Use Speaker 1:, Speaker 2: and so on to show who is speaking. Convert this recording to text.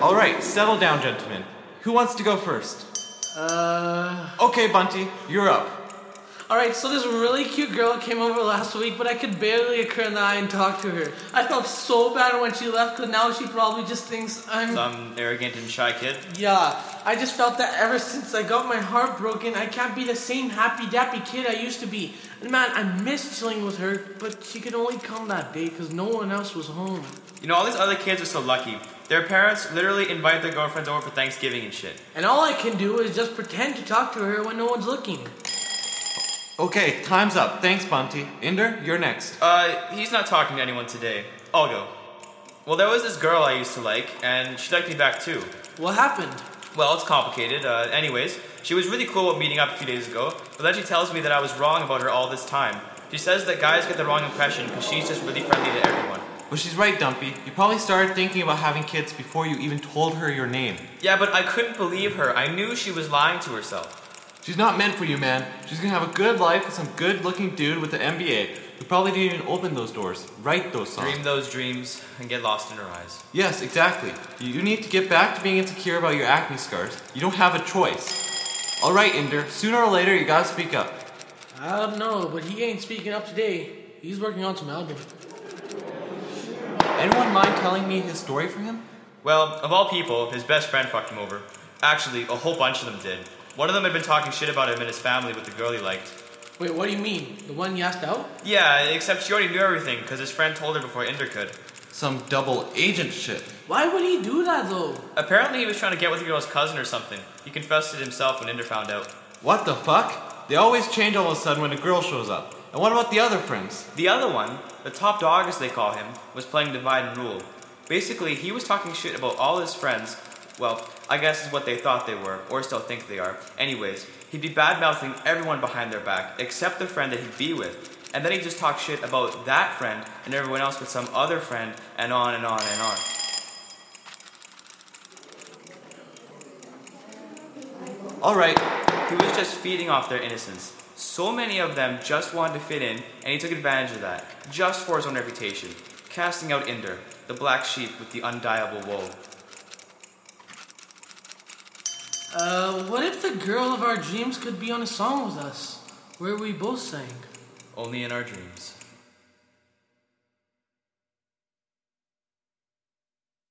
Speaker 1: All right, settle down, gentlemen. Who wants to go first?
Speaker 2: Uh,
Speaker 1: Okay, Bunty, you're up.
Speaker 2: all right. So this really cute girl came over last week, but I could barely look her in the eye and talk to her. I felt so bad when she left, because now she probably just thinks I'm.
Speaker 3: Some arrogant and shy kid.
Speaker 2: Yeah, I just felt that ever since I got my heart broken, I can't be the same happy dappy kid I used to be. And man, I miss chilling with her, but she could only come that day because no one else was home.
Speaker 3: You know, all these other kids are so lucky. Their parents literally invite their girlfriends over for Thanksgiving and shit.
Speaker 2: And all I can do is just pretend to talk to her when no one's looking.
Speaker 1: Okay, time's up. Thanks, Bunty. Inder, you're next.
Speaker 3: Uh, he's not talking to anyone today. I'll go. Well, there was this girl I used to like, and she liked me back too.
Speaker 2: What happened?
Speaker 3: Well, it's complicated. Uh, anyways, she was really cool about meeting up a few days ago, but then she tells me that I was wrong about her all this time. She says that guys get the wrong impression because she's just really friendly to everyone.
Speaker 1: But she's right, Dumpy. You probably started thinking about having kids before you even told her your name.
Speaker 3: Yeah, but I couldn't believe her. I knew she was lying to herself.
Speaker 1: She's not meant for you, man. She's gonna have a good life with some good looking dude with an MBA who probably didn't even open those doors, write those songs.
Speaker 3: Dream those dreams and get lost in her eyes.
Speaker 1: Yes, exactly. You you need to get back to being insecure about your acne scars. You don't have a choice. Alright, Inder, sooner or later you gotta speak up.
Speaker 2: I don't know, but he ain't speaking up today. He's working on some album.
Speaker 1: Anyone mind telling me his story for him?
Speaker 3: Well, of all people, his best friend fucked him over. Actually, a whole bunch of them did. One of them had been talking shit about him and his family with the girl he liked.
Speaker 2: Wait, what do you mean? The one you asked out?
Speaker 3: Yeah, except she already knew everything because his friend told her before Inder could.
Speaker 1: Some double agent shit.
Speaker 2: Why would he do that though?
Speaker 3: Apparently, he was trying to get with the girl's cousin or something. He confessed it himself when Inder found out.
Speaker 1: What the fuck? They always change all of a sudden when a girl shows up. And what about the other friends?
Speaker 3: The other one, the top dog as they call him, was playing divide and rule. Basically, he was talking shit about all his friends. Well, I guess is what they thought they were, or still think they are. Anyways, he'd be bad mouthing everyone behind their back, except the friend that he'd be with. And then he'd just talk shit about that friend and everyone else with some other friend, and on and on and on.
Speaker 1: Alright,
Speaker 3: He was just feeding off their innocence. So many of them just wanted to fit in, and he took advantage of that, just for his own reputation, casting out Inder, the black sheep with the undyable wool.
Speaker 2: Uh, what if the girl of our dreams could be on a song with us? Where we both sang.
Speaker 3: Only in our dreams.